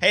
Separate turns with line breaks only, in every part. Hey,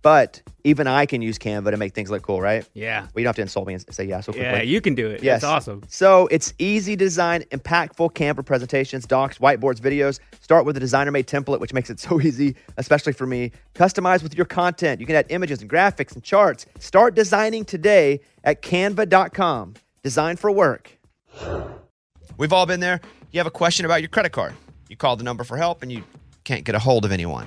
But even I can use Canva to make things look cool, right?
Yeah.
Well, you don't have to insult me and say yeah so quickly.
Yeah, you can do it.
Yes.
It's awesome.
So it's easy design, impactful Canva presentations, docs, whiteboards, videos. Start with a designer made template, which makes it so easy, especially for me. Customize with your content. You can add images and graphics and charts. Start designing today at canva.com. Design for work.
We've all been there. You have a question about your credit card. You call the number for help and you can't get a hold of anyone.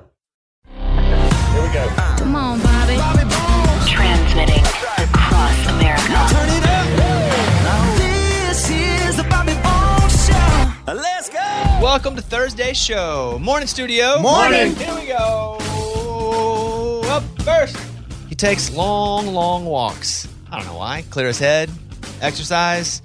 on, Bobby.
Transmitting across America.
Turn it up. This is the Bobby Bones Show. Let's go.
Welcome to Thursday's show. Morning, studio. Morning. Here we go. Up first. He takes long, long walks. I don't know why. Clear his head, exercise.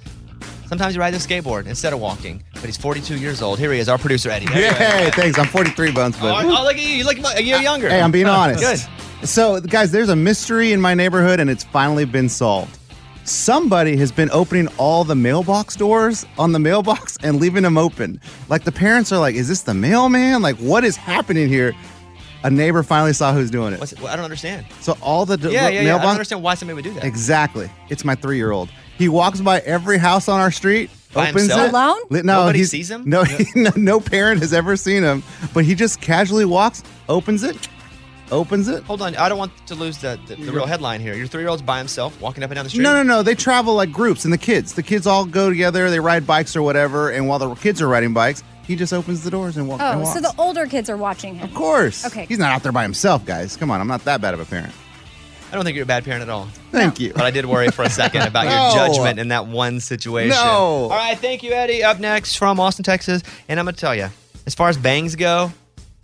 Sometimes he rides a skateboard instead of walking. But he's 42 years old. Here he is, our producer, Eddie.
Yay, thanks. I'm 43 buns,
Oh,
but
oh, look at you. You look a year younger.
hey, I'm being honest.
Good.
So, guys, there's a mystery in my neighborhood and it's finally been solved. Somebody has been opening all the mailbox doors on the mailbox and leaving them open. Like the parents are like, "Is this the mailman? Like what is happening here?" A neighbor finally saw who's doing it.
What's it? Well, I don't understand.
so all the d-
Yeah, yeah, yeah. I don't
mailbox
understand why somebody would do that.
Exactly. It's my three year old. He walks by every house on our street,
By
opens
himself?
it.
Alone?
Li- No,
Nobody
he's-
sees him?
No, no, no parent has ever seen him. But he just casually walks, opens it, opens it.
Hold on. I don't want to lose the, the, the real headline here. Your three-year-old's by himself walking up and down the street.
No, no, no. They travel like groups, and the kids. The kids all go together. They ride bikes or whatever. And while the kids are riding bikes, he just opens the doors and, walk, and
Oh,
walks.
so the older kids are watching him.
of course.
Okay.
He's not out there by himself, guys. Come on, I'm not that bad of a parent.
I don't think you're a bad parent at all.
Thank you.
But I did worry for a second about
No.
your judgment in that one situation.
No.
All right, thank you, Eddie. Up next from Austin, Texas, and I'm gonna tell you, as far as bangs go,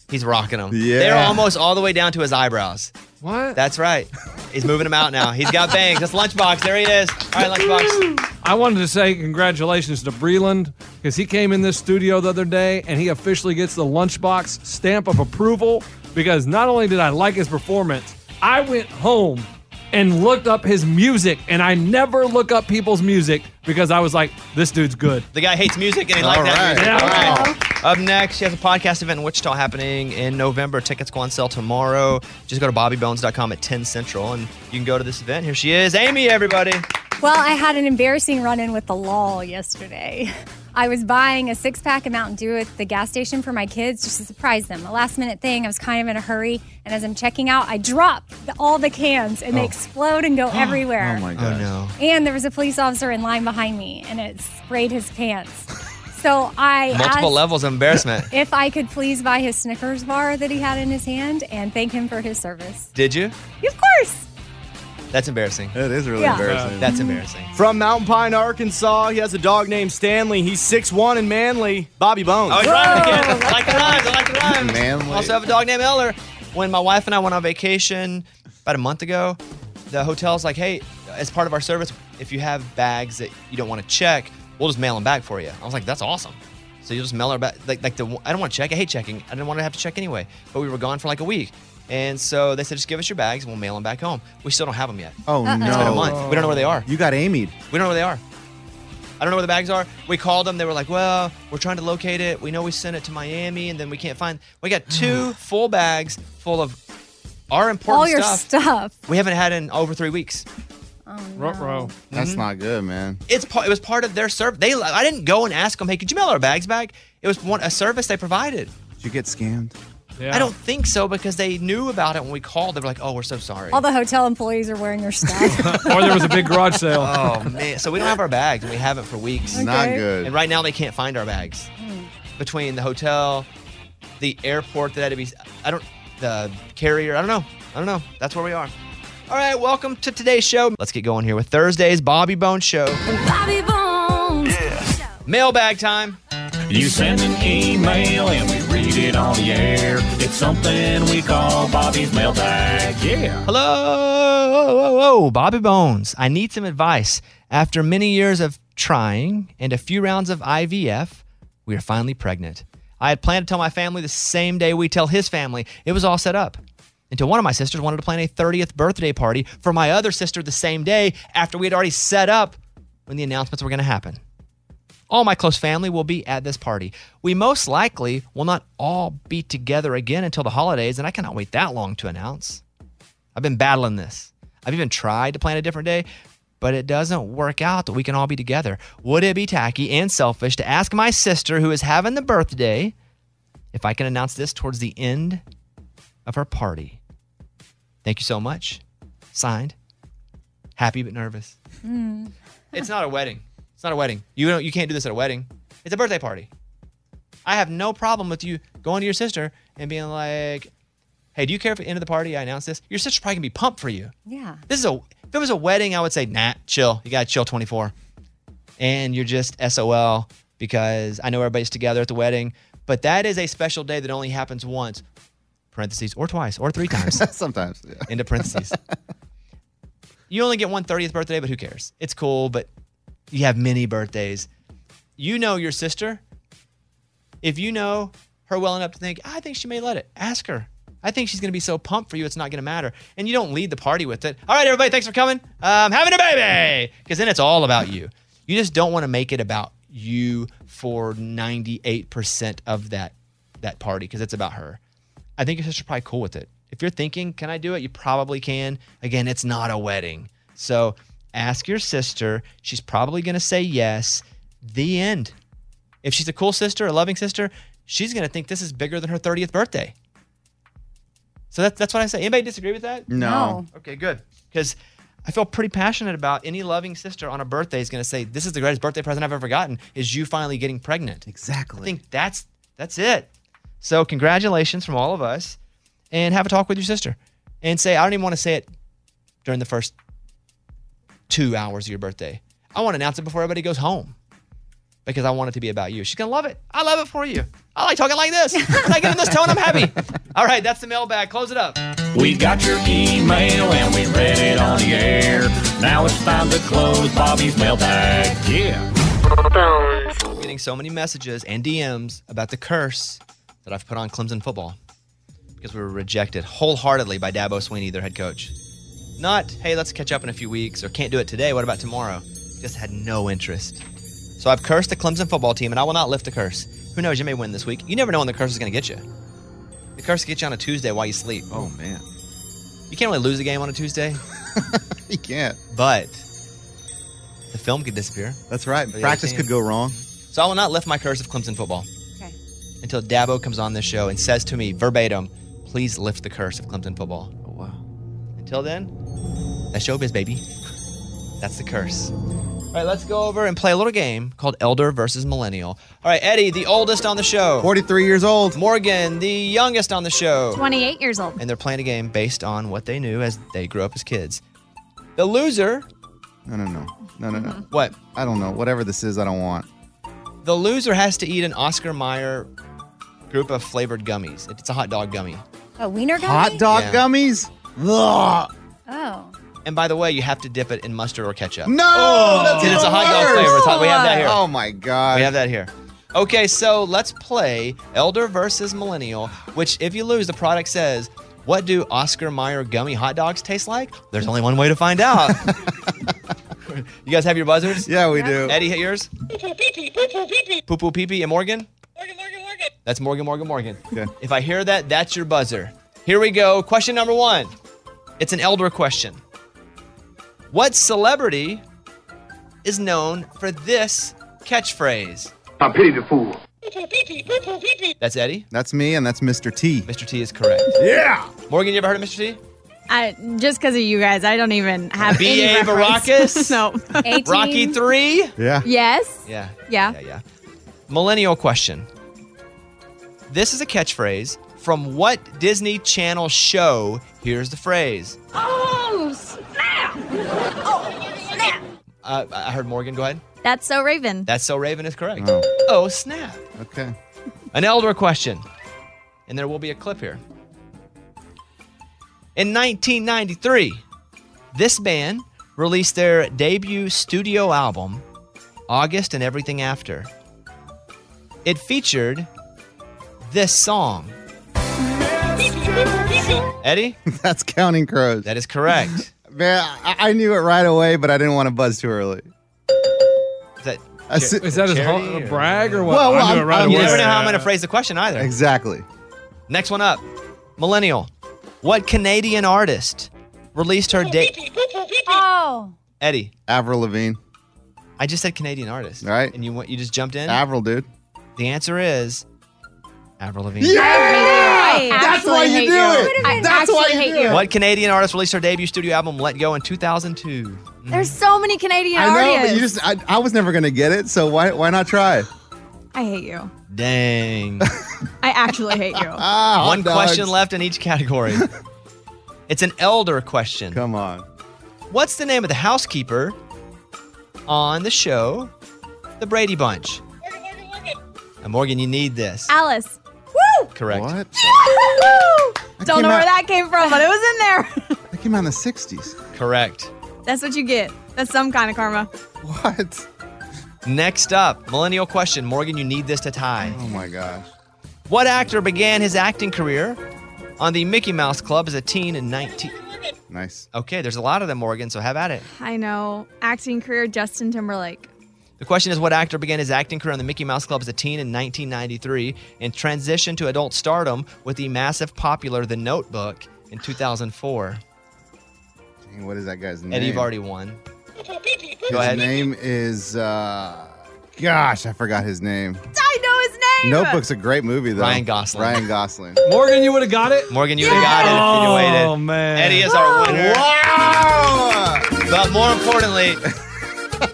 he's rocking them.
Yeah.
They're almost all the way down to his eyebrows.
What?
That's right. He's moving them out now. He's got bangs. That's Lunchbox. There he is. All right, Lunchbox.
I wanted to say congratulations to Breland because he came in this studio the other day and he officially gets the lunchbox stamp of approval because not only did I like his performance, I went home and looked up his music and I never look up people's music because I was like, this dude's good.
The guy hates music and he likes
All
that
right.
music.
Yeah.
All right. Up next, she has a podcast event in Wichita happening in November. Tickets go on sale tomorrow. Just go to bobbybones.com at 10 Central and you can go to this event. Here she is, Amy, everybody.
Well, I had an embarrassing run in with the law yesterday. I was buying a six pack of Mountain Dew at the gas station for my kids just to surprise them. A last minute thing. I was kind of in a hurry. And as I'm checking out, I drop the, all the cans and they explode and go everywhere.
Oh my god.
no.
And there was a police officer in line behind me and it sprayed his pants. So I
Multiple
asked
levels of embarrassment.
if I could please buy his Snickers bar that he had in his hand and thank him for his service.
Did you?
Of course.
That's embarrassing.
That is really
Yeah.
embarrassing.
That's embarrassing.
From Mountain Pine, Arkansas, he has a dog named Stanley. He's 6'1 and manly. Bobby Bones.
I was rhyming Oh, again. I like the rhymes. I like the rhymes.
Manly.
Also have a dog named Eller. When my wife and I went on vacation about a month ago, the hotel's like, hey, as part of our service, if you have bags that you don't want to check, We'll just mail them back for you. I was like, that's awesome. So you'll just mail her back. Like, like the I don't want to check. I hate checking. I didn't want to have to check anyway. But we were gone for like a week. And so they said, just give us your bags and we'll mail them back home. We still don't have them yet.
Oh
Uh-uh.
no!
It's been a month. We don't know where they are.
You got Amy.
We don't know where they are. I don't know where the bags are. We called them. They were like, well, we're trying to locate it. We know we sent it to Miami and then we can't find. We got two full bags full of our important
All your stuff.
We haven't had in over three weeks.
Ruh-roh.
That's
Mhm.
not good, man.
It's part, it was part of their service. They I didn't go and ask them, hey, could you mail our bags back? It was one a service they provided.
Did you get scammed?
I don't think so because they knew about it when we called. They were like, "Oh, we're so sorry."
All the hotel employees are wearing your stuff.
or there was a big garage sale.
Oh man! So we don't have our bags, and we haven't for weeks.
Okay. Not
good.
And right now they can't find our bags between the hotel, the airport that had to be. I don't the carrier. I don't know. I don't know. That's where we are. All right, welcome to today's show. Let's get going here with Thursday's Bobby Bone Show.
Bobby Bones.
Mailbag time.
You send an email and we read it on the air. It's something we call Bobby's mailbag. Yeah.
Hello, Bobby Bones. I need some advice. After many years of trying and a few rounds of IVF, we are finally pregnant. I had planned to tell my family the same day we tell his family. It was all set up. Until one of my sisters wanted to plan a 30th birthday party for my other sister the same day after we had already set up when the announcements were going to happen. All my close family will be at this party. We most likely will not all be together again until the holidays, and I cannot wait that long to announce. I've been battling this. I've even tried to plan a different day, but it doesn't work out that we can all be together. Would it be tacky and selfish to ask my sister, who is having the birthday, if I can announce this towards the end of her party? Thank you so much. Signed, happy but nervous. It's not a wedding. It's not a wedding. You don't. You can't do this at a wedding. It's a birthday party. I have no problem with you going to your sister and being like, "Hey, do you care if at the end of the party I announce this?" Your sister's probably gonna be pumped for you.
yeah.
This is a. If it was a wedding, I would say, "Nah, chill. You gotta chill 24." And you're just SOL because I know everybody's together at the wedding. But that is a special day that only happens once, parentheses, or twice, or three times.
Sometimes. Yeah.
End of parentheses. you only get one 30th birthday, but who cares? It's cool, but you have many birthdays. You know your sister. If you know her well enough to think, I think she may let it, ask her. I think she's going to be so pumped for you, it's not going to matter. And you don't lead the party with it. All right, everybody, thanks for coming. Um, having a baby. Because then it's all about you. You just don't want to make it about you for 98% of that, that party because it's about her. I think your sister's probably cool with it. If you're thinking, can I do it? You probably can. Again, it's not a wedding. So ask your sister. She's probably going to say yes. The end. If she's a cool sister, a loving sister, she's going to think this is bigger than her 30th birthday. So that's, that's what I say. Anybody disagree with that?
Mm. No.
Okay, good. Because I feel pretty passionate about any loving sister on a birthday is going to say, this is the greatest birthday present I've ever gotten is you finally getting pregnant.
Exactly.
I think that's that's it. So congratulations from all of us, and have a talk with your sister, and say I don't even want to say it during the first two hours of your birthday. I want to announce it before everybody goes home because I want it to be about you. She's gonna love it. I love it for you. I like talking like this. When I get in this tone, I'm happy. All right, that's the mailbag. Close it up.
We got your email and we read it on the air. Now it's time to close Bobby's mailbag. Yeah.
I'm getting so many messages and DMs about the curse that I've put on Clemson football because we were rejected wholeheartedly by Dabo Sweeney, their head coach. Not, hey, let's catch up in a few weeks or can't do it today. What about tomorrow? Just had no interest. So I've cursed the Clemson football team and I will not lift the curse. Who knows? You may win this week. You never know when the curse is going to get you. The curse gets you on a Tuesday while you sleep.
Oh man.
You can't really lose a game on a Tuesday,
You can't.
but the film could disappear.
That's right.
But yeah,
Practice
you
could go wrong.
So I will not lift my curse of Clemson football.
Okay.
until Dabo comes on this show and says to me verbatim, please lift the curse of Clemson football.
Oh, wow.
Until then, that's showbiz, baby. That's the curse. All right, let's go over and play a little game called Elder versus Millennial. All right, Eddie, the oldest on the show.
43 years old.
Morgan, the youngest on the show.
28 years old.
And they're playing a game based on what they knew as they grew up as kids. The loser,
No, no, no. No, no, no.
what?
I don't know. Whatever this is, I don't want.
The loser has to eat an Oscar Mayer group of flavored gummies. It's a hot dog gummy.
A Oh, wiener guy?
Hot dog
Yeah.
gummies? Ugh.
Oh.
And by the way, you have to dip it in mustard or ketchup.
No, that's
Because it's a
even
hot dog
worse.
flavor. It's hot- We have that here.
Oh my god,
we have that here. Okay, so let's play Elder versus Millennial. Which, if you lose, the product says, "What do Oscar Mayer gummy hot dogs taste like?" There's only one way to find out. you guys have your buzzers?
Yeah, we do.
Eddie, hit yours. Poo poo pee pee and Morgan. Morgan, Morgan, Morgan. That's Morgan, Morgan, Morgan. If I hear that, that's your buzzer. Here we go. Question number one. It's an elder question. What celebrity is known for this catchphrase?
I pity the fool.
That's Eddie.
That's me, and that's Mr. T.
Mr. T is correct.
Yeah.
Morgan, you ever heard of Mr. T?
I, just because of you guys, I don't even have
B.A.
any
Baracus?
reference. no.
Rocky three.
Yeah.
Yes.
Yeah.
Yeah.
Yeah. Yeah. Millennial question. This is a catchphrase from what Disney Channel show? Here's the phrase.
Oh, snap! Oh, snap!
Uh, I I heard Morgan. Go ahead.
That's so Raven.
That's so Raven is correct. Oh, snap.
Okay.
An elder question. And there will be a clip here. In 1993, this band released their debut studio album, August and Everything After. It featured this song. Eddie?
That's Counting Crows. That
is correct.
Man, I-, I knew it right away, but I didn't want to buzz too early.
Is that,
I si-
is that his
Charity
home,
or-
brag or what?
Well, well,
I knew it
I'm-
right
I'm-
away.
You never know how I'm going to phrase the question either.
Exactly.
Next one up Millennial. What Canadian artist released her date?
Oh,
Eddie.
Avril Lavigne.
I just said Canadian artist.
Right.
And you went, you just jumped in?
Avril, dude.
The answer is Avril Lavigne.
I
That's why
actually
you
hate
do
you.
it.
I
That's why
actually
you
hate
do it.
What Canadian artist released her debut studio album Let Go in 2002?
There's so many Canadian
I know,
artists.
but you just, I, I was never going to get it, so why, why not try?
I hate you.
Dang.
I actually hate you.
Ah,
One
hot dogs.
question left in each category. it's an elder question.
Come on.
What's the name of the housekeeper on the show The Brady Bunch? Now, Morgan, you need this.
Alice. Woo!
Correct.
What?
Don't
came
know where
out-
that came from, but it was in
That came out in the 60s.
Correct.
there. That's what you get. That's some kind of karma.
What?
Next up, millennial question. Morgan, you need this to tie.
Oh my gosh.
What actor began his acting career on the Mickey Mouse Club as a teen in 19?
Nice.
Okay, there's a lot of them, Morgan, so have at it.
I know. Acting career, Justin Timberlake.
The question is what actor began his acting career on the Mickey Mouse Club as a teen in 1993 and transitioned to adult stardom with the massive popular The Notebook in 2004?
Dang, what is that guy's name?
Eddie, you've already won.
His
Go ahead.
name is, uh, gosh, I forgot his name.
I know his name.
Notebook's a great movie, though.
Ryan Gosling.
Ryan Gosling.
Morgan, you would have got it.
Morgan, you would have got it if you waited.
Oh man.
Eddie is our winner.
wow!
But more importantly,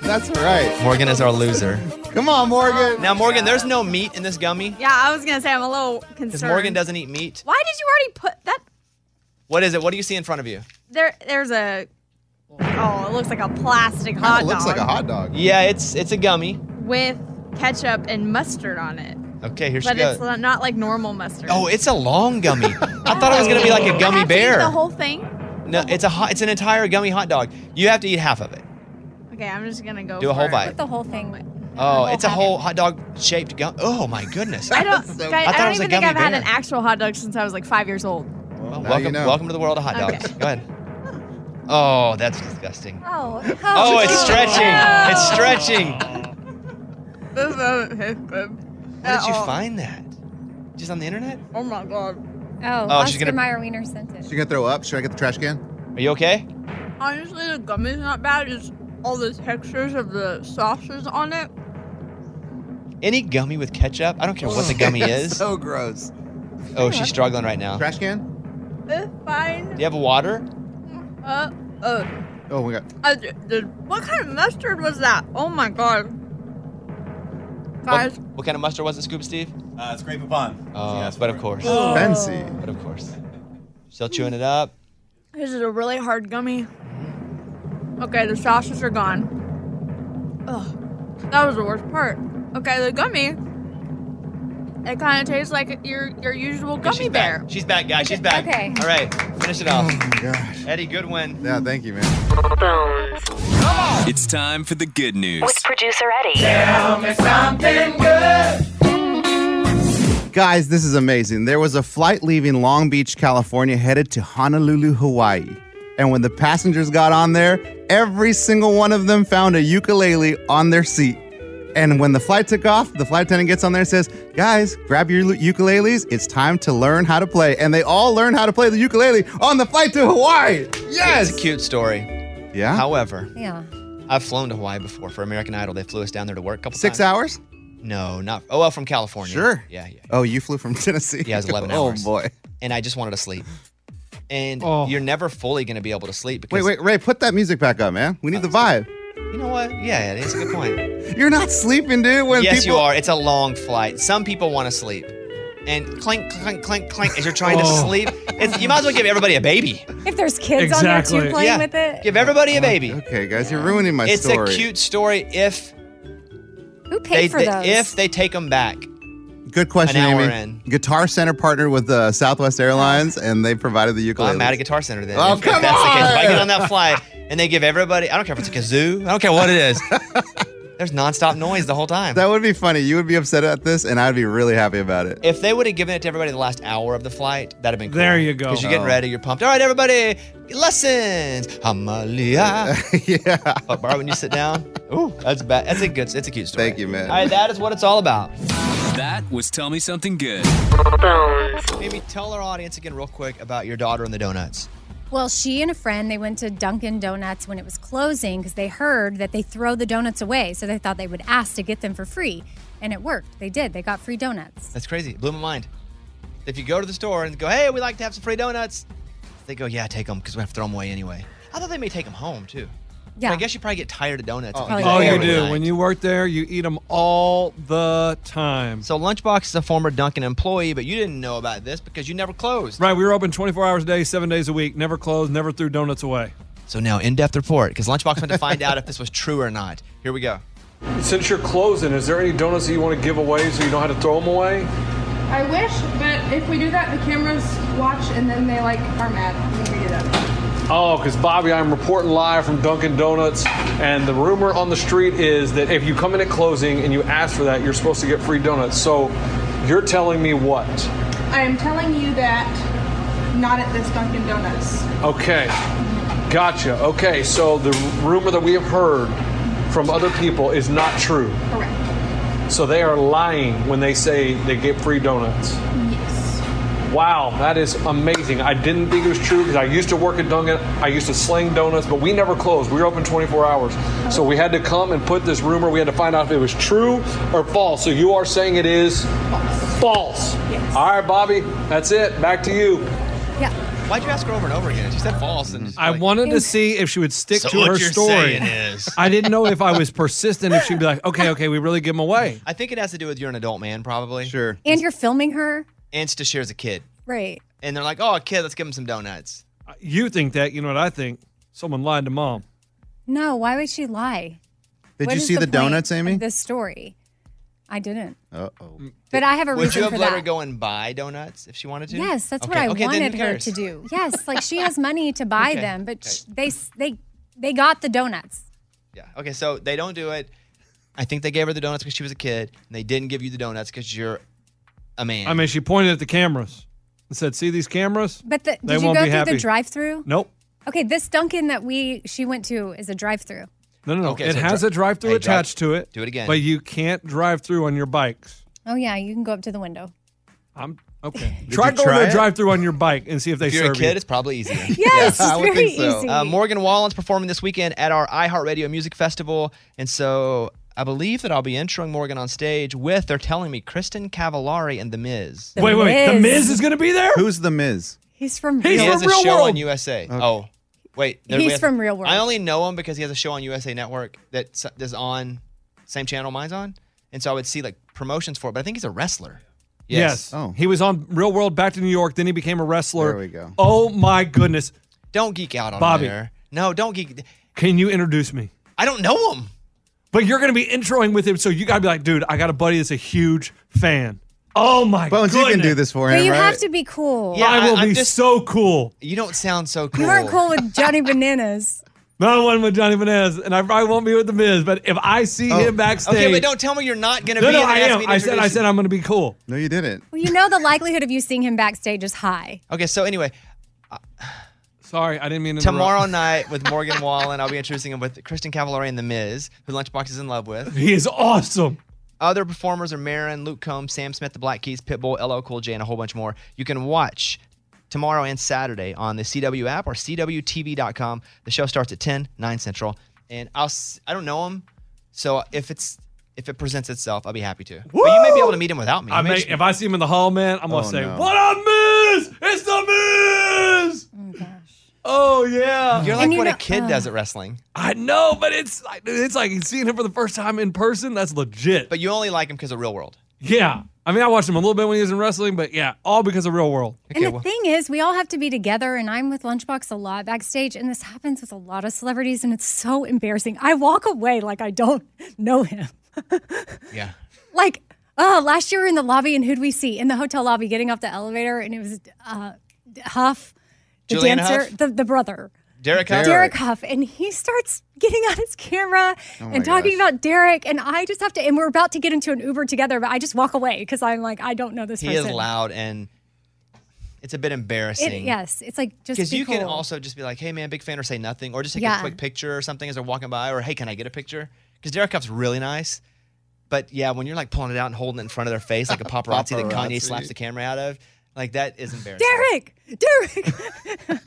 That's right.
Morgan is our loser.
Come on, Morgan.
Now, Morgan, there's no meat in this gummy
Yeah, I was gonna say I'm a little
because
concerned.
Morgan doesn't eat meat.
Why did you already put that
What is it? What do you see in front of you?
there? There's a oh, it looks like a plastic hot
Kinda Oh, looks
dog
like a hot dog.
Yeah, it's it's a gummy.
with ketchup and mustard on it,
Okay, here she
but
goes.
it's not like normal mustard.
Oh, it's a long gummy. I thought it was gonna be like a
I
gummy
have to eat
bear.
the whole thing.
no, it's a hot, it's an entire gummy hot dog. You have to eat half of it.
Okay, I'm just gonna go
Do a
for
whole
it.
bite.
put the whole thing.
Oh, it's a
hot
whole hot dog shaped gum. Oh my goodness.
I don't.
So-
guys,
I thought
I,
it
don't
was a
even think I've
gummy
had
bear.
an actual hot dog since I was like five years old.
Well, now
welcome,
you know.
welcome to the world of hot dogs.
Okay.
Go ahead. Oh, that's disgusting.
Oh,
Oh, it's
no.
stretching. It's stretching.
This doesn't taste good.
Where did you find that? Just on the internet?
Oh my god.
Oh,
Oh, she's
Oscar
gonna-
Mayer Wiener sent it.
She gonna throw up? Should I get the trash can?
Are you okay?
Honestly, the gummy's not bad. It's all the textures of the sauces on it.
Any gummy with ketchup? I don't care what the gummy is.
so gross.
Oh, she's struggling right now. Do
Trash can?
It's fine.
you have a water?
Uh, uh,
Oh my god.
uh, th- th- what kind of mustard was that? Oh my god. Guys,
What, what kind of mustard was it, Scoop Steve?
Uh, it's grape upon.
Oh, but of course.
Fancy.
But of course. Still chewing it up.
this is a really hard gummy. Okay, the sauces are gone. Ugh, that was the worst part. Okay, the gummy It kind of tastes like your your usual gummy bear.
She's back, guys. She's back.
Okay.
All right. Finish it off.
Oh my gosh.
Eddie Goodwin.
Yeah, thank you, man.
It's time for the good news.
With producer Eddie.
Tell me something
good.
Guys, this is amazing. There was a flight leaving Long Beach, California, headed to Honolulu, Hawaii. And when the passengers got on there, every single one of them found a ukulele on their seat. And when the flight took off, the flight attendant gets on there and says, Guys, grab your lu- ukuleles. It's time to learn how to play. And they all learn how to play the ukulele on the flight to Hawaii. Yes.
It's a cute story.
Yeah.
However,
Yeah.
I've flown to Hawaii before for American Idol. They flew us down there to work a couple
Six
times.
hours?
No, not. Oh, well, from California.
Sure.
Yeah, yeah.
Oh, you flew from Tennessee?
Yeah, it was 11
oh,
hours.
boy.
And I just wanted to sleep. And
Oh.
you're never fully going to be able to sleep
Wait,
because.
wait, Ray, put that music back up, man. We need the
Uh,
vibe.
You know what? Yeah, it's a good point.
You're not sleeping, dude. When
yes,
people
you are. It's a long flight. Some people want to sleep. And clink, clink, clink, clink as you're trying
Oh.
to sleep. It's, you might as well give everybody a baby.
If there's kids on there too playing
Yeah.
with it,
Give everybody a baby.
Okay, guys, you're ruining my
it's
story.
a cute story if
who paid
they,
for
they-
those?
if they take them back.
Good question,
An hour
Amy. Guitar Center partnered with uh, Southwest Airlines, and they provided the
Well,
ukulele.
I'm out of Guitar Center then.
Oh,
if, if
come
that's the case. If I get
on!
on that flight and they give everybody, I don't care if it's a kazoo, I don't care what it is. There's nonstop noise the whole time.
That would be funny. You would be upset at this, and I'd be really happy about it.
If they would have given it to everybody the last hour of the flight, that'd have been cool.
There you go.
Because you're getting
Oh.
ready, you're pumped. All right, everybody, lessons. Amalia.
yeah.
But Barbara, when you sit down, ooh, that's bad. That's a good. It's a cute story. Thank you,
man.
All right, that is what it's all about.
That was Tell Me Something Good.
Maybe tell our audience again, real quick, about your daughter and the donuts.
Well, she and a friend they went to Dunkin' Donuts when it was closing because they heard that they throw the donuts away, so they thought they would ask to get them for free, and it worked. They did. They got free donuts.
That's crazy. It blew my mind. If you go to the store and go, hey, we'd like to have some free donuts, they go, yeah, take them because we have to throw them away anyway. I thought they may take them home too.
Yeah.
I guess you probably get tired of donuts. if
Oh,
that
you
every
do.
night.
When you work there, you eat them all the time.
So Lunchbox is a former Dunkin' employee, but you didn't know about this because you never closed.
Right, we were open 24 hours a day, seven days a week, never closed, never threw donuts away.
So now, in-depth report because Lunchbox went to find out if this was true or not. Here we go.
Since you're closing, is there any donuts that you want to give away so you know how to throw them away?
I wish, but if we do that, the cameras watch and then they like are mad when we do that.
Oh, because Bobby, I'm reporting live from Dunkin' Donuts, and the rumor on the street is that if you come in at closing and you ask for that, you're supposed to get free donuts. So you're telling me what?
I am telling you that not at this Dunkin' Donuts.
Okay, gotcha. Okay, so the rumor that we have heard from other people is not true.
Correct.
So they are lying when they say they get free donuts.
Yes.
Wow, that is amazing. I didn't think it was true because I used to work at Dunkin'. I used to sling donuts, but we never closed. We were open 24 hours.
Uh-huh.
So we had to come and put this rumor. We had to find out if it was true or false. So you are saying it is false. All right, Bobby, that's it. Back to you.
Yeah.
Why'd you ask her over and over again? She said false. And
I wanted to see if she would stick
So
to
what
her
you're
story.
saying is-
I didn't know if I was persistent, if she'd be like, okay, okay, we really give them away.
I think it has to do with you're an adult man, probably.
Sure.
And you're filming her,
Insta shares a kid,
right?
and they're like, oh, a kid, let's give him some donuts.
You think that, you know what I think? Someone lied to mom.
No, why would she lie?
Did
What
you
is
see the
point
donuts, Amy?
of This story, I didn't.
Uh oh.
But I have a
Would
reason
you have
for
let
that.
her go and buy donuts if she wanted to?
Yes, that's
Okay,
what I
okay, then who
wanted her
cares?
to do. Yes, like she has money to buy
Okay,
them, but sh they s- they they got the donuts.
Okay, so they don't do it. I think they gave her the donuts because she was a kid, and they didn't give you the donuts because you're a man.
I mean, she pointed at the cameras and said, "See these cameras?
But the,
They
did you
won't
go
be
through
happy.
the drive-through?
Nope.
Okay, this Dunkin' that we she went to is a drive-through.
No, no, no.
Okay,
it
so
has
dri-
a drive-through
hey, drive-
attached to it.
do it again.
But you can't drive through on your bikes.
Oh yeah, you can go up to the window.
I'm okay.
Did
try
you
going
try
to
it?
a drive-through on your bike and see if they
if you're
serve
a kid,
you.
it's probably easier.
Yes, Yeah, I it's would very think so. easy.
Uh, Morgan Wallen's performing this weekend at our iHeartRadio Music Festival, and so I believe that I'll be introing Morgan on stage with. They're telling me Kristen Cavallari and The Miz.
Wait, wait, The Miz is going to be there?
Who's The Miz?
He's from
He
Real
has a
World.
show on USA. Oh, wait. no,
He's
we have-
from Real World.
I only know him because he has a show on USA Network that is on same channel mine's on, and so I would see like promotions for it. But I think he's a wrestler.
Yes. Uh,
Oh.
He was on Real World back to New York, then he became a wrestler.
There we go.
Oh my goodness.
Don't geek out on
Bobby.
there. No, don't geek.
Can you introduce me?
I don't know him.
But you're going to be introing with him, so you got to be like, dude, I got a buddy that's a huge fan. Oh my
Bones, you can do this for him,
but you
right?
have to be cool.
I will be so cool.
You don't sound so
You weren't cool with Johnny Bananas.
Not one with Johnny Bananas, and I probably won't be with the Miz. But if I see him backstage,
Okay, but don't tell me you're not going to
no,
be
no,
in there
I
and ask
am.
me to
I said, I
introduce
said, I'm going to be cool.
No, you didn't.
Well, you know the likelihood of you seeing him backstage is high.
Okay, so anyway,
Sorry, I didn't mean to. interrupt.
Tomorrow night with Morgan Wallen, I'll be introducing him with Kristen Cavallari and The Miz, who Lunchbox is in love with.
He is awesome.
Other performers are Marin, Luke Combs, Sam Smith, The Black Keys, Pitbull, LL Cool J, and a whole bunch more. You can watch tomorrow and Saturday on the CW app or CWTV.com. The show starts at 10, 9 central. And I'll s- I don't know him, so if it's if it presents itself, I'll be happy to. But you may be able to meet him without me.
I
You may
may,
just-
if I see him in the hall, man, I'm gonna
Oh,
say,
no.
"What up, Miz? It's the Miz." Oh yeah,
You're like what a kid
uh,
does at wrestling.
I know, but it's like it's like seeing him for the first time in person. That's legit.
But you only like him because of Real World.
Yeah, I mean, I watched him a little bit when he was in wrestling, but yeah, all because of Real World.
and the thing is, we all have to be together, and I'm with Lunchbox a lot backstage, and this happens with a lot of celebrities, and it's so embarrassing. I walk away like I don't know him.
Yeah.
Like, oh, last year we were in the lobby, and who'd we see? In the hotel lobby, getting off the elevator, and it was uh, Huff, the
Julian
dancer,
Huff?
The, the brother.
Derek Huff?
Derek Huff, and he starts getting out his camera
Oh my
and talking about Derek, and I just have to. And we're about to get into an Uber together, but I just walk away because I'm like, I don't know this
He
person.
is loud and it's a bit embarrassing.
It, yes, it's like just
Because
be
you can
cool.
also just be like, hey, man, big fan, or say nothing, or just take a
Yeah.
quick picture or something as they're walking by, or hey, can I get a picture? Because Derek Huff's really nice. But yeah, when you're like pulling it out and holding it in front of their face like a paparazzi, that Kanye
Paparazzi.
slaps the camera out of, like that is embarrassing.
Derek, Derek.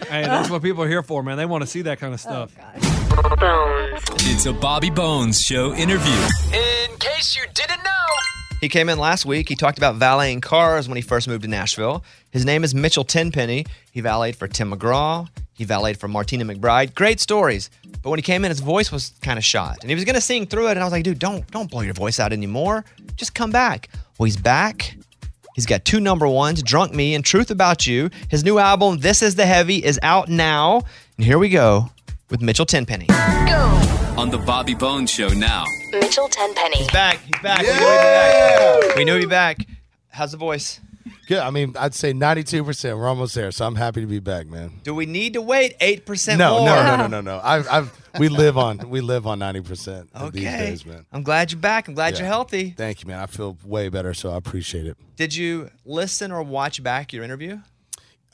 Hey, that's what people are here for, man. They want to see that kind of stuff.
It's a Bobby Bones Show interview.
In case you didn't know,
He came in last week. He talked about valeting cars when he first moved to Nashville. His name is Mitchell Tenpenny. He valeted for Tim McGraw. He valeted for Martina McBride. Great stories. But when he came in, his voice was kind of shot, and he was gonna sing through it. And I was like, dude, don't don't blow your voice out anymore. Just come back. Well, he's back. He's got two number ones, Drunk Me and Truth About You. His new album, This Is the Heavy, is out now. And here we go with Mitchell Tenpenny.
On the Bobby Bones Show now.
Mitchell Tenpenny. He's
back. He's back. We knew he'd be back. How's the voice?
Good. I mean, I'd say 92%. We're almost there. So I'm happy to be back, man.
Do we need to wait eight percent
No,
more?
no, no, no,
Oh,
no, no. I've, I've, we live on, we live on 90% these
Okay.
days, man.
I'm glad you're back. I'm glad
Yeah.
you're healthy.
Thank you, man. I feel way better. So I appreciate it.
Did you listen or watch back your interview?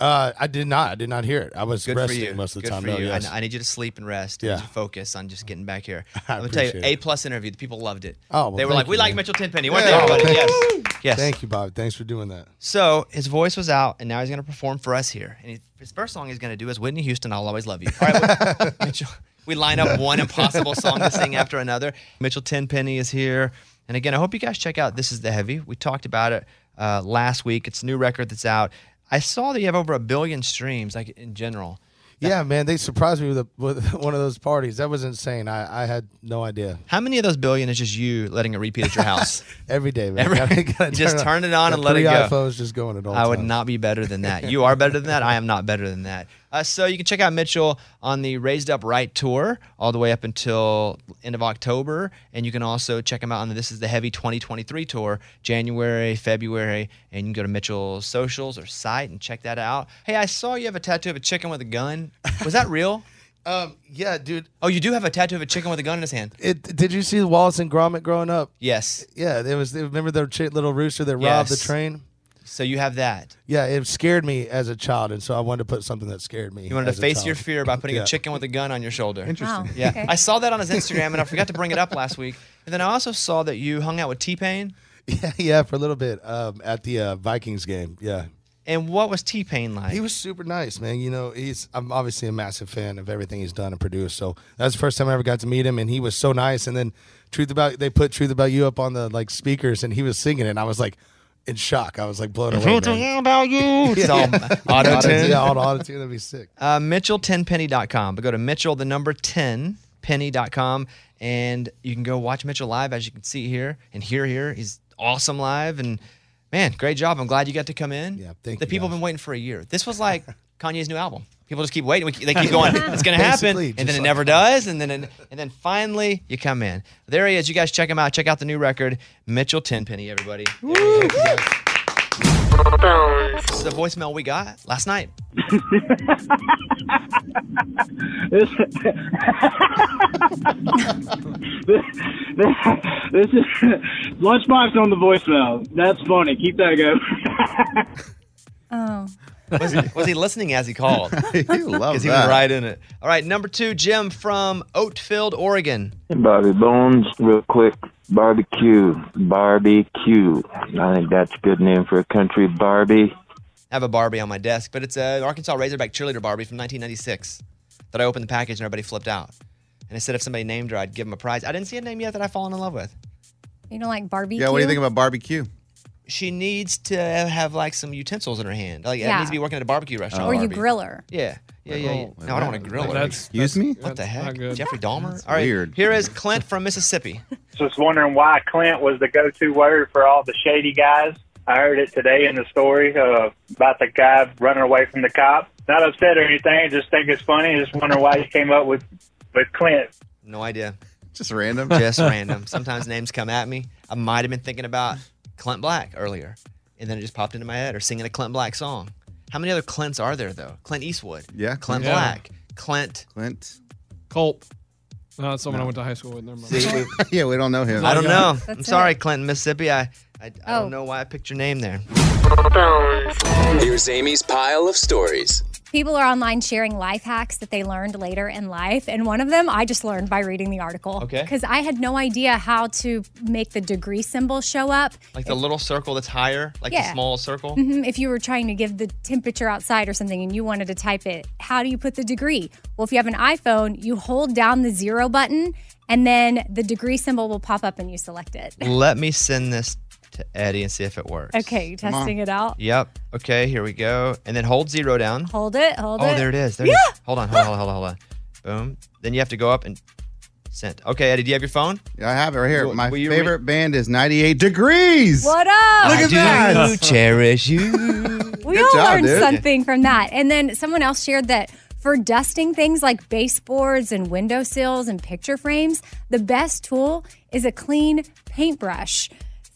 Uh, I did not, I did not hear it. I was
Good
resting
for you.
most of the
Good
time.
For
No,
you. I-
yes.
I, need you to sleep and rest. I need
Yeah.
you to focus on just getting back here. I'm gonna tell you,
appreciate
A plus interview. The people loved it.
Oh, well,
they were
thank
like,
you,
we like
man.
Mitchell Tenpenny. Weren't
Yeah.
they, everybody? Yes.
Woo!
Yes.
Thank you, Bob. Thanks for doing that.
So his voice was out, and now he's going to perform for us here. And he- his first song he's going to do is Whitney Houston, I'll Always Love You. All right, well, Mitchell, we line up one impossible song to sing after another. Mitchell Tenpenny is here. And again, I hope you guys check out This Is the Heavy. We talked about it uh, last week. It's a new record that's out. I saw that you have over a billion streams, like in general.
Yeah, man. They surprised me with, a, with one of those parties. That was insane. I, I had no idea.
How many of those billion is just you letting it repeat at your house?
Every day, man.
Every-
Gotta- gotta
you just turn it on
Got
and let it
three
go.
iPhones just going at all
I would
times.
not be better than that. You are better than that. I am not better than that. Uh, so you can check out Mitchell on the Raised Up Right tour all the way up until end of October, and you can also check him out on the This Is the Heavy 2023 tour, January, February, and you can go to Mitchell's socials or site and check that out. Hey, I saw you have a tattoo of a chicken with a gun. Was that real?
um, yeah, dude.
Oh, you do have a tattoo of a chicken with a gun in his hand.
It, did you see Wallace and Gromit growing up?
Yes.
Yeah, there was. Remember the ch- little rooster that robbed the
Yes.
train?
So you have that.
Yeah, it scared me as a child, and so I wanted to put something that scared me.
You wanted to
as a
face your
child.
fear by putting
Yeah.
a chicken with a gun on your shoulder.
Interesting. Wow,
Yeah.
okay.
I saw that on his Instagram and I forgot to bring it up last week. And then I also saw that you hung out with T Pain.
Yeah, yeah, for a little bit um, at the uh, Vikings game. Yeah,
And what was T Pain like?
he was super nice, man. You know, he's I'm obviously a massive fan of everything he's done and produced. So that's the first time I ever got to meet him, and he was so nice. And then Truth About they put Truth About You up on the like speakers, and he was singing, it, and I was like in shock. I was like blown away. man.
about you. It's all auto-tune.
Yeah, all auto-tune. That'd be sick.
Uh, Mitchell10penny.com. But go to Mitchell, the number 10, penny.com. And you can go watch Mitchell live, as you can see here and hear here. He's awesome live. And man, great job. I'm glad you got to come in. Yeah, thank The people have been waiting for a year. This was like Kanye's new album. People just keep waiting. We- They keep going, it's going to happen.
Basically,
And then
just
it
like-
never does. And then, and then finally, you come in. There he is. You guys check him out. Check out the new record, Mitchell Tenpenny, everybody. This is a voicemail we got last night.
this, this, this is lunchbox on the voicemail. That's funny. Keep that going.
Oh.
Was he, was he listening as he called? he
loved
Because he
that.
was right in it. All right, number two, Jim from Oatfield, Oregon.
Bobby Bones, real quick. Barbecue. Barbecue. I think that's a good name for a country. Barbie.
I have a Barbie on my desk, but it's an Arkansas Razorback cheerleader Barbie from 1996 that I opened the package and everybody flipped out. And I said if somebody named her, I'd give them a prize. I didn't see a name yet that I've fallen in love with.
You don't like barbecue?
about barbecue?
She needs to have like some utensils in her hand. Like it
Yeah.
needs to be working at a barbecue restaurant.
or you
Barbie.
grill her.
Yeah. Yeah, yeah,
oh,
yeah. No, I don't want to grill her.
Excuse me?
What the heck? Jeffrey Dahmer?
That's
All right.
weird.
Here is Clint from Mississippi.
Just wondering why Clint was the go-to word for all the shady guys. I heard it today in the story uh, about the guy running away from the cop. Not upset or anything, just think it's funny. Just wondering why you came up with with Clint.
No idea.
Just random.
Just random. Sometimes names come at me. I might have been thinking about Clint Black earlier, and then it just popped into my head, or singing a Clint Black song. How many other Clints are there though? Clint Eastwood.
Yeah,
Clint
Yeah.
Black. Clint.
Clint.
Culp. No, Uh, that's someone
No.
I went to high school with. Never mind.
yeah, we don't know him.
I don't know. I'm
That's
sorry, Clint, Mississippi. I, I, I
Oh.
don't know why I picked your name there.
Here's Amy's pile of stories.
People are online sharing life hacks that they learned later in life. And one of them I just learned by reading the article.
Okay.
Because I had no idea how to make the degree symbol show up.
Like the little circle that's higher, like
Yeah.
the small circle.
Mhm, If you were trying to give the temperature outside or something and you wanted to type it, how do you put the degree? Well, if you have an iPhone, you hold down the zero button and then the degree symbol will pop up and you select it.
Let me send this to Eddie and see if it works.
Okay, you
Come on.
testing it out.
Yep. Okay, here we go. And then hold zero down.
Hold it, hold
oh,
it.
there it is. There
yeah.
it is. Hold on, hold on, hold on, hold on. Boom. Then you have to go up and send. Okay, Eddie, do you have your phone?
Yeah, I have it right here.
Will-
My
will you
favorite band is 98 Degrees.
What up?
Look at that.
cherish you.
We
Good
all
job,
learned
dude.
something from that. And then someone else shared that for dusting things like baseboards and windowsills and picture frames, the best tool is a clean paintbrush.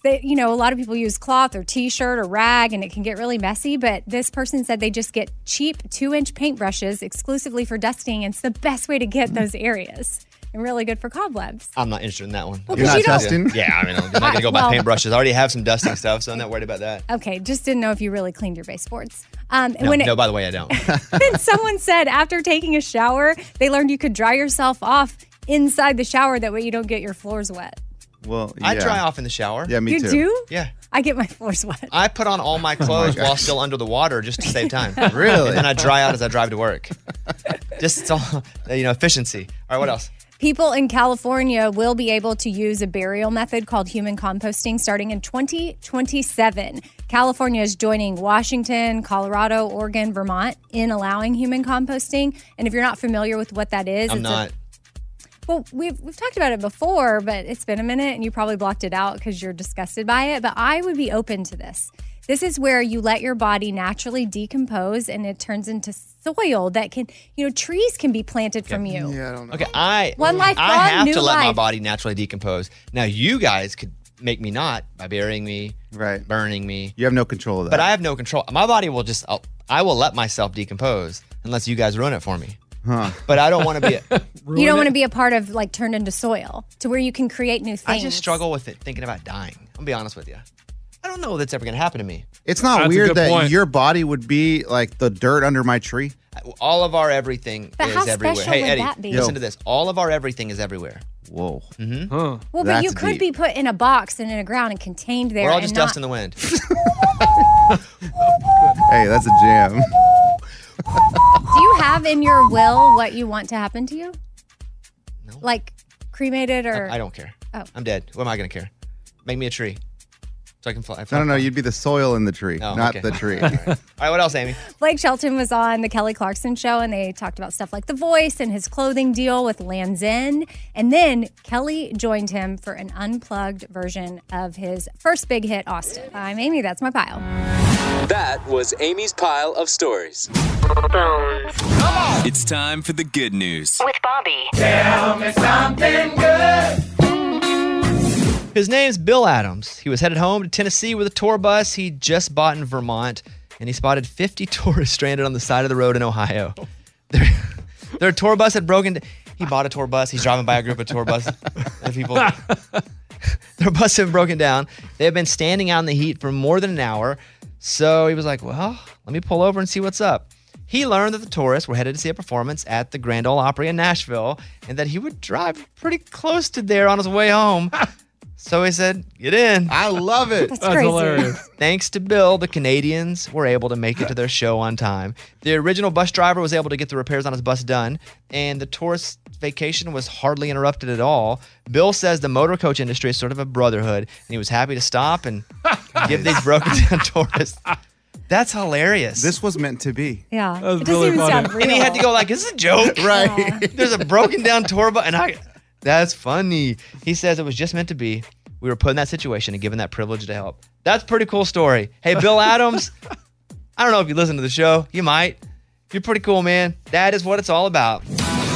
That you know, a lot of people use cloth or t-shirt or rag and it can get really messy, but this person said they just get cheap 2-inch paintbrushes exclusively for dusting and it's the best way to get those areas. And really good for cobwebs.
I'm not interested in that one.
Well, You're 'cause not you don't- dusting?
Yeah, I mean, I'm not going to go
Well-
by paintbrushes. I already have some dusting stuff, so I'm not worried about that.
Okay, just didn't know if you really cleaned your baseboards. Um, and
No,
when it,
no, by the way, I don't.
then someone said after taking a shower, they learned you could dry yourself off inside the shower. That way you don't get your floors wet.
Well,
I
yeah.
dry off in the shower.
Yeah, me
you
too.
do?
Yeah.
I get my floors wet.
I put on all my clothes while still under the water just to save time.
Really?
And then I dry out as I drive to work. just it's all, you know, efficiency. All right, what else?
People in California will be able to use a burial method called human composting starting in 2027. California is joining Washington, Colorado, Oregon, Vermont in allowing human composting. And if you're not familiar with what that is,
I'm
it's a-
not.
Well, we've, we've talked about it before, but it's been a minute and you probably blocked it out because you're disgusted by it. But I would be open to this. This is where you let your body naturally decompose and it turns into soil that can, you know, trees can be planted from you.
Yeah, I don't know.
Okay, I
One life
I
gone,
have
new
to let my
life.
body naturally decompose. Now you guys could make me not by burying me,
right,
burning me,
You have no control of that.
but I have no control. My body will just I'll, I will let myself decompose unless you guys ruin it for me.
Huh.
But I don't want to be.
you don't want to be a part of like turned into soil to where you can create new
I
things.
just struggle with it thinking about dying. I'm gonna be honest with you. I don't know that's ever gonna happen to me.
It's not
That's a
weird
good
that
point.
your body would be like the dirt under my tree.
All of our everything
But
is
how
everywhere.
special
hey
would
Eddie,
that be?
listen
Yo.
to this. All of our everything is everywhere.
Whoa.
Mm-hmm.
Well, but you could be put in a box and in a ground and contained there.
We're all
and
just
not-
dust in the wind.
Hey, that's a jam.
Do you have in your will what you want to happen to you? No. Like cremated or
I don't care.
Oh.
I'm dead. What am I gonna care? Make me a tree, so I can fly.
No, no, no. You'd be the soil in the tree,
Oh,
not
okay.
the tree.
All right. All right, what else, Amy?
Blake Shelton was on the Kelly Clarkson show and they talked about stuff like The Voice and his clothing deal with Lands End. And then Kelly joined him for an unplugged version of his first big hit, Austin. I'm Amy, that's my pile.
That was Amy's pile of stories. It's time for the good news.
With Bobby. Tell me something good.
His name's Bill Adams. He was headed home to Tennessee with a tour bus he just bought in Vermont, and he spotted 50 tourists stranded on the side of the road in Ohio. Their, their tour bus had broken. d- He bought a tour bus. He's driving by a group of tour bus and people. their bus had broken down. They had been standing out in the heat for more than an hour. So he was like, well, let me pull over and see what's up. He learned that the tourists were headed to see a performance at the Grand Ole Opry in Nashville and that he would drive pretty close to there on his way home. so he said, Get in. I love it.
That's That's crazy. hilarious.
Thanks to Bill, the Canadians were able to make it to their show on time. The original bus driver was able to get the repairs on his bus done, and the tourist vacation was hardly interrupted at all. Bill says the motor coach industry is sort of a brotherhood, and he was happy to stop and give these broken down tourists. That's hilarious. This
was meant to be.
Yeah.
That was It doesn't really even funny. sound
And he had to
real.
go like, "Is this a joke?"
Right.
There's a broken down tour bus, and I. That's funny. He says it was just meant to be. We were put in that situation and given that privilege to help. That's a pretty cool story. Hey, Bill Adams. I don't know if you listen to the show. You might. You're pretty cool, man. That is what it's all about.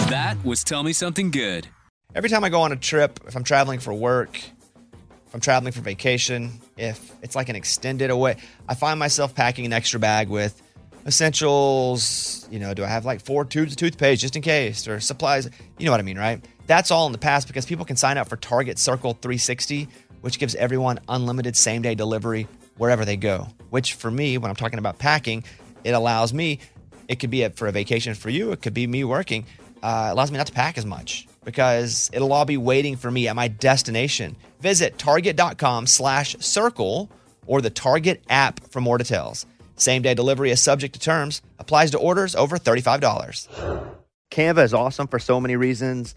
That was Tell Me Something Good.
Every time I go on a trip, if I'm traveling for work, if I'm traveling for vacation, if it's like an extended away, I find myself packing an extra bag with essentials. You know, do I have like four tubes of toothpaste just in case or supplies? You know what I mean, right? That's all in the past because people can sign up for Target Circle 360, which gives everyone unlimited same day delivery wherever they go. Which for me, when I'm talking about packing, it allows me it could be a, for a vacation for you. It could be me working. Uh, it allows me not to pack as much because it'll all be waiting for me at my destination. Visit target.com slash circle or the Target app for more details. Same day delivery is subject to terms. Applies to orders over $35.
Canva is awesome for so many reasons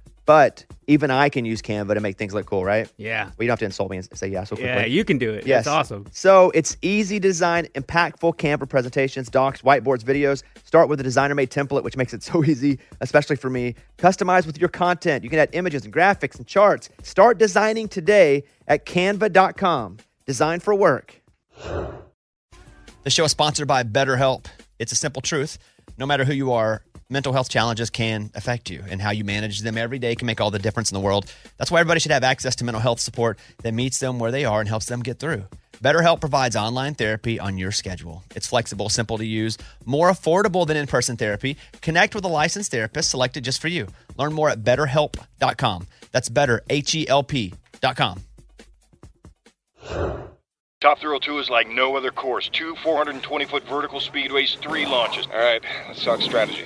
But even I can use Canva to make things look cool, right?
Yeah.
Well, you don't have to insult me and say yeah so quickly.
Yeah, you can do it.
Yes.
It's awesome.
So it's easy design, impactful Canva presentations, docs, whiteboards, videos. Start with a designer made template, which makes it so easy, especially for me. Customize with your content. You can add images and graphics and charts. Start designing today at canva.com. Design for work.
The show is sponsored by BetterHelp. It's a simple truth. No matter who you are, mental health challenges can affect you, and how you manage them every day can make all the difference in the world. That's why everybody should have access to mental health support that meets them where they are and helps them get through. BetterHelp provides online therapy on your schedule. It's flexible, simple to use, more affordable than in person therapy. Connect with a licensed therapist selected just for you. Learn more at betterhelp.com. That's better, H E L P.com.
Top Thrill 2 is like no other course. Two 420 foot vertical speedways, three launches. All right, let's talk strategy.